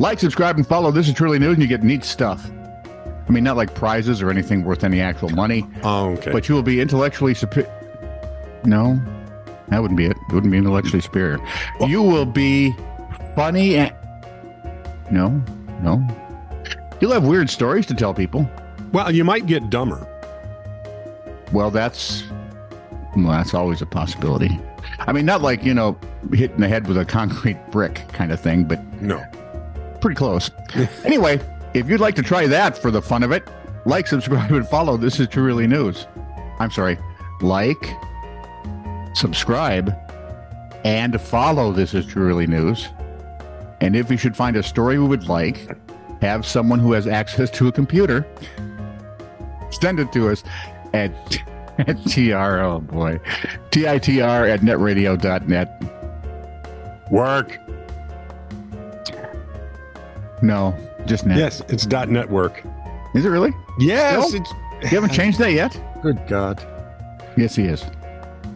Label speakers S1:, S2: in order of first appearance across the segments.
S1: Like, subscribe, and follow. This is truly news, and you get neat stuff. I mean, not like prizes or anything worth any actual money,
S2: Oh, okay.
S1: but you will be intellectually superior. No, that wouldn't be it. It wouldn't be intellectually superior. You will be funny and. No, no. You'll have weird stories to tell people.
S2: well, you might get dumber.
S1: Well, that's well, that's always a possibility. I mean, not like you know, hitting the head with a concrete brick kind of thing, but
S2: No.
S1: pretty close. anyway, if you'd like to try that for the fun of it, like, subscribe, and follow. This is Truly News. I'm sorry, like, subscribe, and follow. This is Truly News. And if you should find a story we would like, have someone who has access to a computer send it to us at, at TR, oh boy, TITR at netradio.net.
S2: Work.
S1: No, just net.
S2: Yes, it's dot network.
S1: Is it really?
S2: Yes.
S1: No.
S2: It's,
S1: You haven't changed that yet?
S2: good God.
S1: Yes, he is.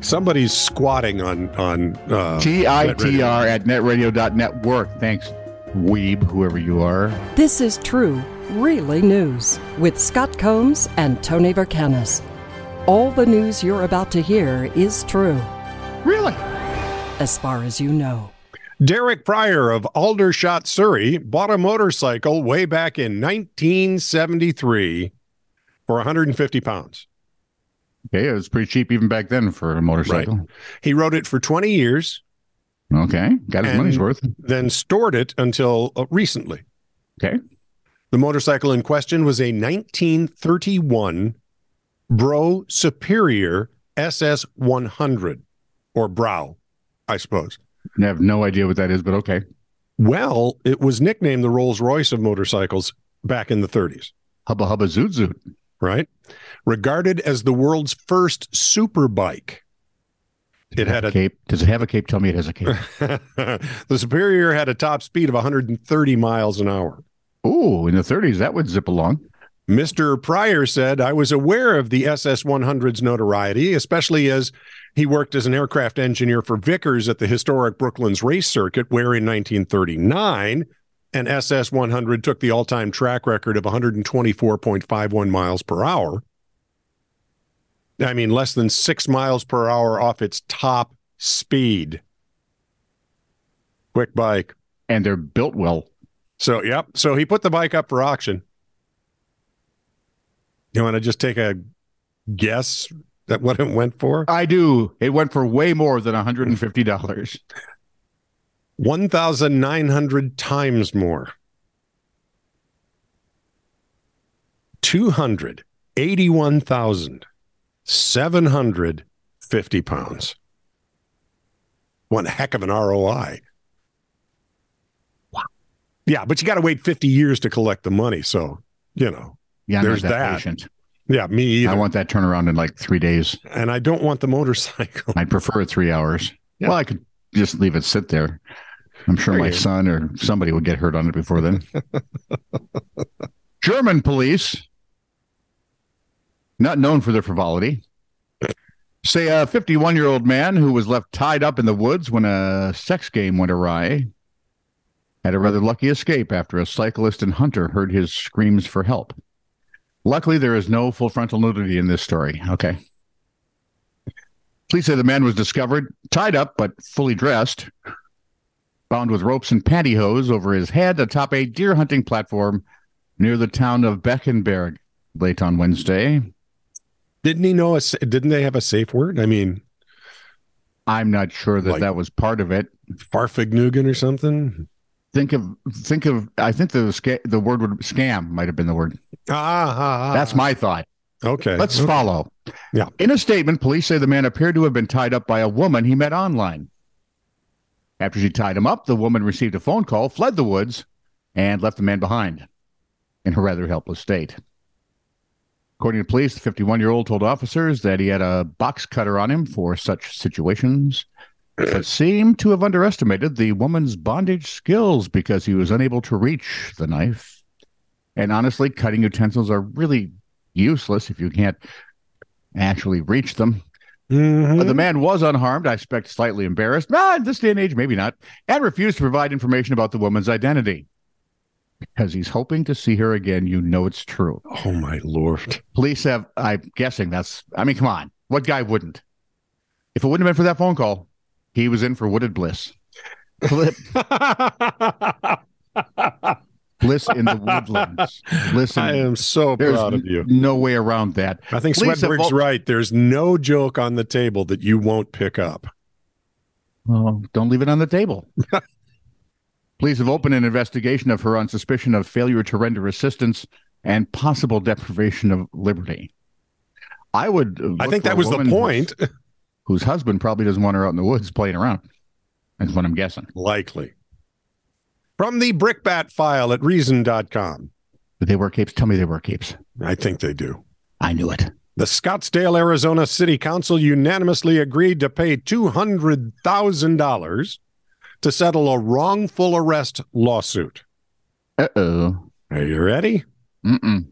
S2: Somebody's squatting on on. Uh,
S1: TITR at netradio.network. Thanks, weeb, whoever you are.
S3: This is True, Really News with Scott Combs and Tony Vercanis. All the news you're about to hear is true,
S1: Really?
S3: as far as you know.
S2: Derek Pryor of Aldershot, Surrey, bought a motorcycle way back in 1973 for 150 pounds.
S1: Okay, it was pretty cheap even back then for a motorcycle.
S2: He rode it for 20 years,
S1: Okay, got his
S2: And-
S1: money's worth.
S2: then stored it until uh, recently.
S1: Okay.
S2: The motorcycle in question was a 1931 Bro Superior SS 100 or Brow, I suppose.
S1: I have no idea what that is, but okay.
S2: Well, it was nicknamed the Rolls Royce of motorcycles back in the 30s,
S1: Hubba hubba zoot zoot.
S2: right? Regarded as the world's first superbike. It had a
S1: cape. Does it have a cape? Tell me it has a cape.
S2: the Superior had a top speed of 130 miles an hour.
S1: Ooh, in the 30s, that would zip along.
S2: Mr. Pryor said, I was aware of the SS 100's notoriety, especially as he worked as an aircraft engineer for Vickers at the historic Brooklands race circuit, where in 1939, an SS 100 took the all time track record of 124.51 miles per hour. I mean, less than six miles per hour off its top speed. Quick bike.
S1: And they're built well.
S2: So, yep. So he put the bike up for auction. You want to just take a guess at what it went for?
S1: I do. It went for way more than $150.
S2: 1,900 times more. 281,750 pounds. One heck of an ROI. Yeah, but you got to wait 50 years to collect the money. So, you know,
S1: Yeah, I'm not
S2: There's
S1: that,
S2: that.
S1: patient.
S2: yeah, me either.
S1: I want that turnaround in like three days.
S2: and I don't want the motorcycle.
S1: I'd prefer three hours.
S2: Yeah.
S1: Well, I could just leave it sit there. I'm sure
S2: There
S1: my
S2: you go.
S1: son or somebody would get hurt on it before then. German police, not known for their frivolity, say a 51 year old man who was left tied up in the woods when a sex game went awry had a rather lucky escape after a cyclist and hunter heard his screams for help. Luckily, there is no full frontal nudity in this story. Okay. Police say the man was discovered tied up but fully dressed, bound with ropes and pantyhose over his head atop a deer hunting platform near the town of Beckenberg late on Wednesday.
S2: Didn't he know? A, sa- didn't they have a safe word? I mean,
S1: I'm not sure that
S2: Like-
S1: that was part of it.
S2: Farfignugan or something?
S1: Think of think of I think the sca- the word would scam might have been the word.
S2: Ah, ah, ah.
S1: That's my thought.
S2: okay.
S1: Let's follow.
S2: Yeah.
S1: In a statement, police say the man appeared to have been tied up by a woman he met online. After she tied him up, the woman received a phone call, fled the woods, and left the man behind in a rather helpless state. According to police, the 51 year old told officers that he had a box cutter on him for such situations, but seemed to have underestimated the woman's bondage skills because he was unable to reach the knife. And honestly, cutting utensils are really useless if you can't actually reach them.
S2: Mhm.
S1: But the man was unharmed, I expect slightly embarrassed. Ah, in this day and age, maybe not, and refused to provide information about the woman's identity. because he's hoping to see her again. You know it's true.
S2: Oh my lord.
S1: Police have, I'm guessing that's, I mean, come on. What guy wouldn't? If it wouldn't have been for that phone call, he was in for wooded bliss. Bli- bliss in the woodlands. Listen,
S2: I am so
S1: there's
S2: proud of
S1: n-
S2: you.
S1: no way around that.
S2: I think
S1: Please
S2: Swedberg's
S1: evolve-
S2: right. There's no joke on the table that you won't pick up.
S1: Well, don't leave it on the table. Police have opened an investigation of her on suspicion of failure to render assistance and possible deprivation of liberty. I would. uh,
S2: I
S1: look
S2: think
S1: for
S2: that
S1: a
S2: was the
S1: woman who's-
S2: point.
S1: Whose husband probably doesn't want her out in the woods playing around. That's what I'm guessing.
S2: Likely. From the Brickbat file at reason.com.
S1: Do they wear capes? Tell me they wear capes.
S2: I think they do.
S1: I knew it.
S2: The Scottsdale, Arizona City Council unanimously agreed to pay $200,000 to settle a wrongful arrest lawsuit.
S1: Uh oh.
S2: Are you ready?
S1: Mm-mm.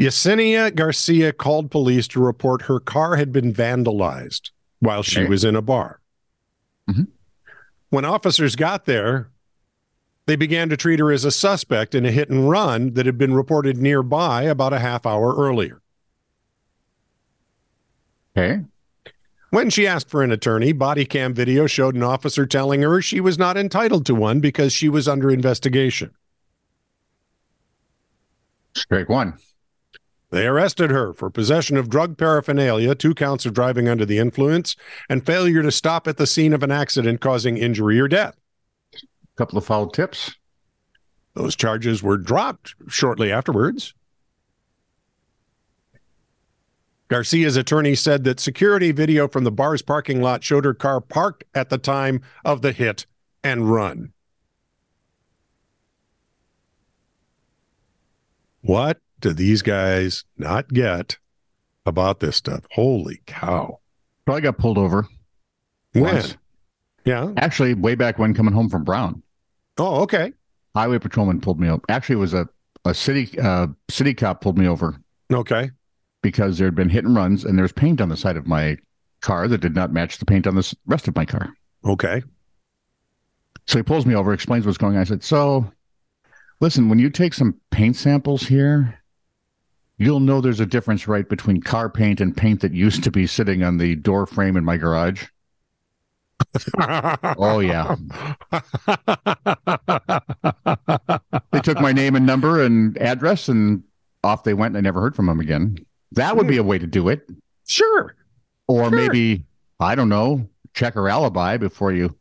S2: Yesenia Garcia called police to report her car had been vandalized while she
S1: Okay.
S2: was in a bar.
S1: Mhm.
S2: When officers got there, they began to treat her as a suspect in a hit and run that had been reported nearby about a half hour earlier.
S1: Okay.
S2: When she asked for an attorney, body cam video showed an officer telling her she was not entitled to one because she was under investigation.
S1: Straight one.
S2: They arrested her for possession of drug paraphernalia, two counts of driving under the influence, and failure to stop at the scene of an accident causing injury or death.
S1: couple of foul tips.
S2: Those charges were dropped shortly afterwards. Garcia's attorney said that security video from the bar's parking lot showed her car parked at the time of the hit and run. What do these guys not get about this stuff? Holy cow.
S1: Probably got pulled over.
S2: When?
S1: once.
S2: Yeah.
S1: Actually, way back when coming home from Brown.
S2: Oh, okay.
S1: highway patrolman pulled me up. Actually, it was a a city uh, city cop pulled me over
S2: Okay.
S1: because there had been hit and runs, and there was paint on the side of my car that did not match the paint on the s- rest of my car.
S2: Okay.
S1: So he pulls me over, explains what's going on. I said, "So, listen, when you take some paint samples here, you'll know there's a difference, right, between car paint and paint that used to be sitting on the door frame in my garage." Oh yeah, they took my name and number and address, and off they went. And I never heard from them again. That would be a way to do it.
S2: sure.
S1: Or
S2: Sure.
S1: maybe, I don't know, check her alibi before you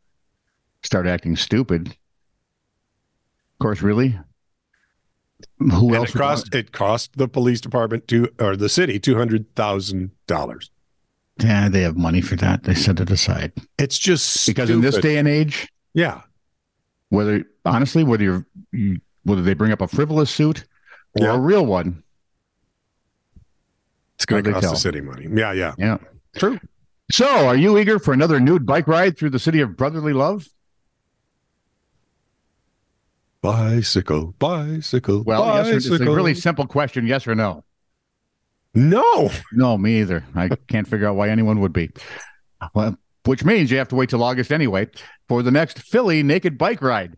S1: start acting stupid. Of course, really? Who
S2: And
S1: else?
S2: it
S1: would
S2: cost it cost the police department to or the city two hundred thousand dollars.
S1: want- Yeah, they have money for that. They set it aside.
S2: It's just
S1: Because in this
S2: stupid.
S1: day and age,
S2: yeah,
S1: whether honestly, whether you're, you whether they bring up a frivolous suit or
S2: Yeah.
S1: a real one,
S2: it's going to
S1: Hardly
S2: cost the
S1: tell.
S2: city money. Yeah, yeah,
S1: yeah.
S2: true.
S1: So, are you eager for another nude bike ride through the city of brotherly love?
S2: Bicycle, bicycle,
S1: Well, yes or, it's
S2: bicycle.
S1: a really simple question: yes or no.
S2: no.
S1: No, me either. I can't figure out why anyone would be. Well, which means you have to wait till August anyway for the next Philly naked bike ride.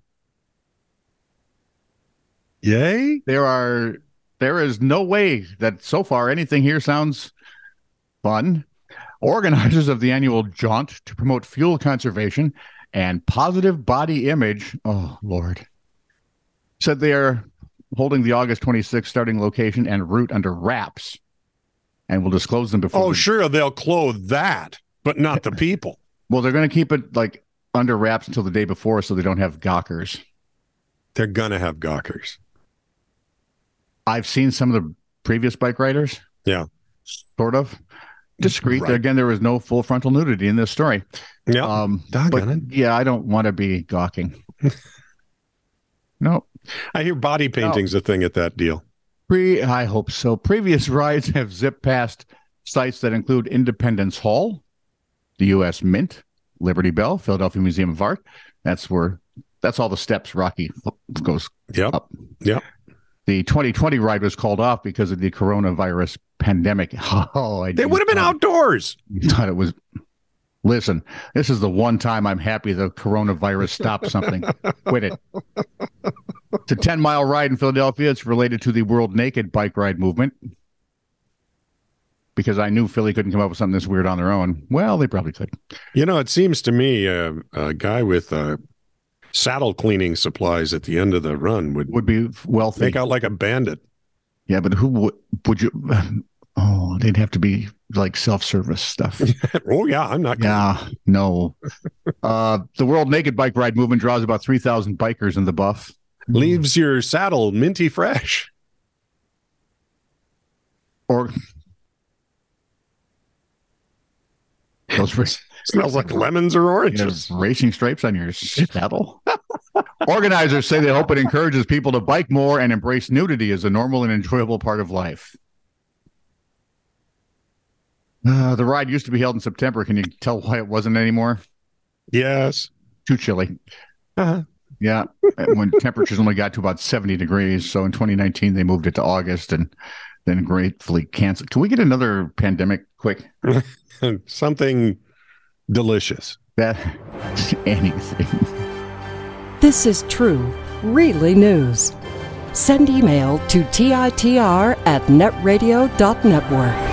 S2: Yay!
S1: There are there is no way that so far anything here sounds fun. Organizers of the annual jaunt to promote fuel conservation and positive body image. Oh Lord. Said they are holding the August 26th starting location and route under wraps and will disclose them before
S2: Oh,
S1: the
S2: sure, they'll clothe that, but not the people.
S1: Well, they're going to keep it like under wraps until the day before, so they don't have gawkers.
S2: They're gonna have gawkers.
S1: I've seen some of the previous bike riders.
S2: Yeah.
S1: sort of discreet.
S2: Right.
S1: Again, there was no full frontal nudity in this story.
S2: Yeah,
S1: Um,
S2: doggone it.
S1: but yeah, I don't want to be gawking. no,
S2: I hear body painting's a thing at that deal.
S1: pre. I hope so. Previous rides have zipped past sites that include Independence Hall, the U.S. Mint, Liberty Bell, Philadelphia Museum of Art. That's where. That's all the steps Rocky goes
S2: Yep.
S1: Up. the 2020 ride was called off because of the coronavirus pandemic. Oh, I
S2: They would have been outdoors.
S1: You thought it was. Listen, this is the one time I'm happy the coronavirus stopped something. Quit it. It's a 10 mile ride in Philadelphia. It's related to the World Naked Bike Ride movement because I knew Philly couldn't come up with something this weird on their own. Well, they probably could.
S2: You know, it seems to me uh, a guy with uh, saddle cleaning supplies at the end of the run would
S1: Would be wealthy.
S2: make out like a bandit.
S1: Yeah, but who would, would you? Oh, they'd have to be like self service stuff.
S2: oh yeah, I'm not.
S1: yeah, no. Uh, the World Naked Bike Ride movement draws about 3,000 bikers in the buff.
S2: Leaves your saddle minty fresh.
S1: Or. Those were-
S2: Smells like lemons or
S1: you know,
S2: oranges.
S1: racing stripes on your saddle. Organizers say they hope it encourages people to bike more and embrace nudity as a normal and enjoyable part of life. Uh, the ride used to be held in September. Can you tell why it wasn't anymore?
S2: Yes.
S1: Too chilly.
S2: Uh-huh.
S1: Yeah, when temperatures only got to about 70 degrees. So in 2019, they moved it to August and then gratefully canceled. Can we get another pandemic quick?
S2: Something delicious.
S1: That anything.
S3: This is true, really news. Send email to TITR at netradio.network.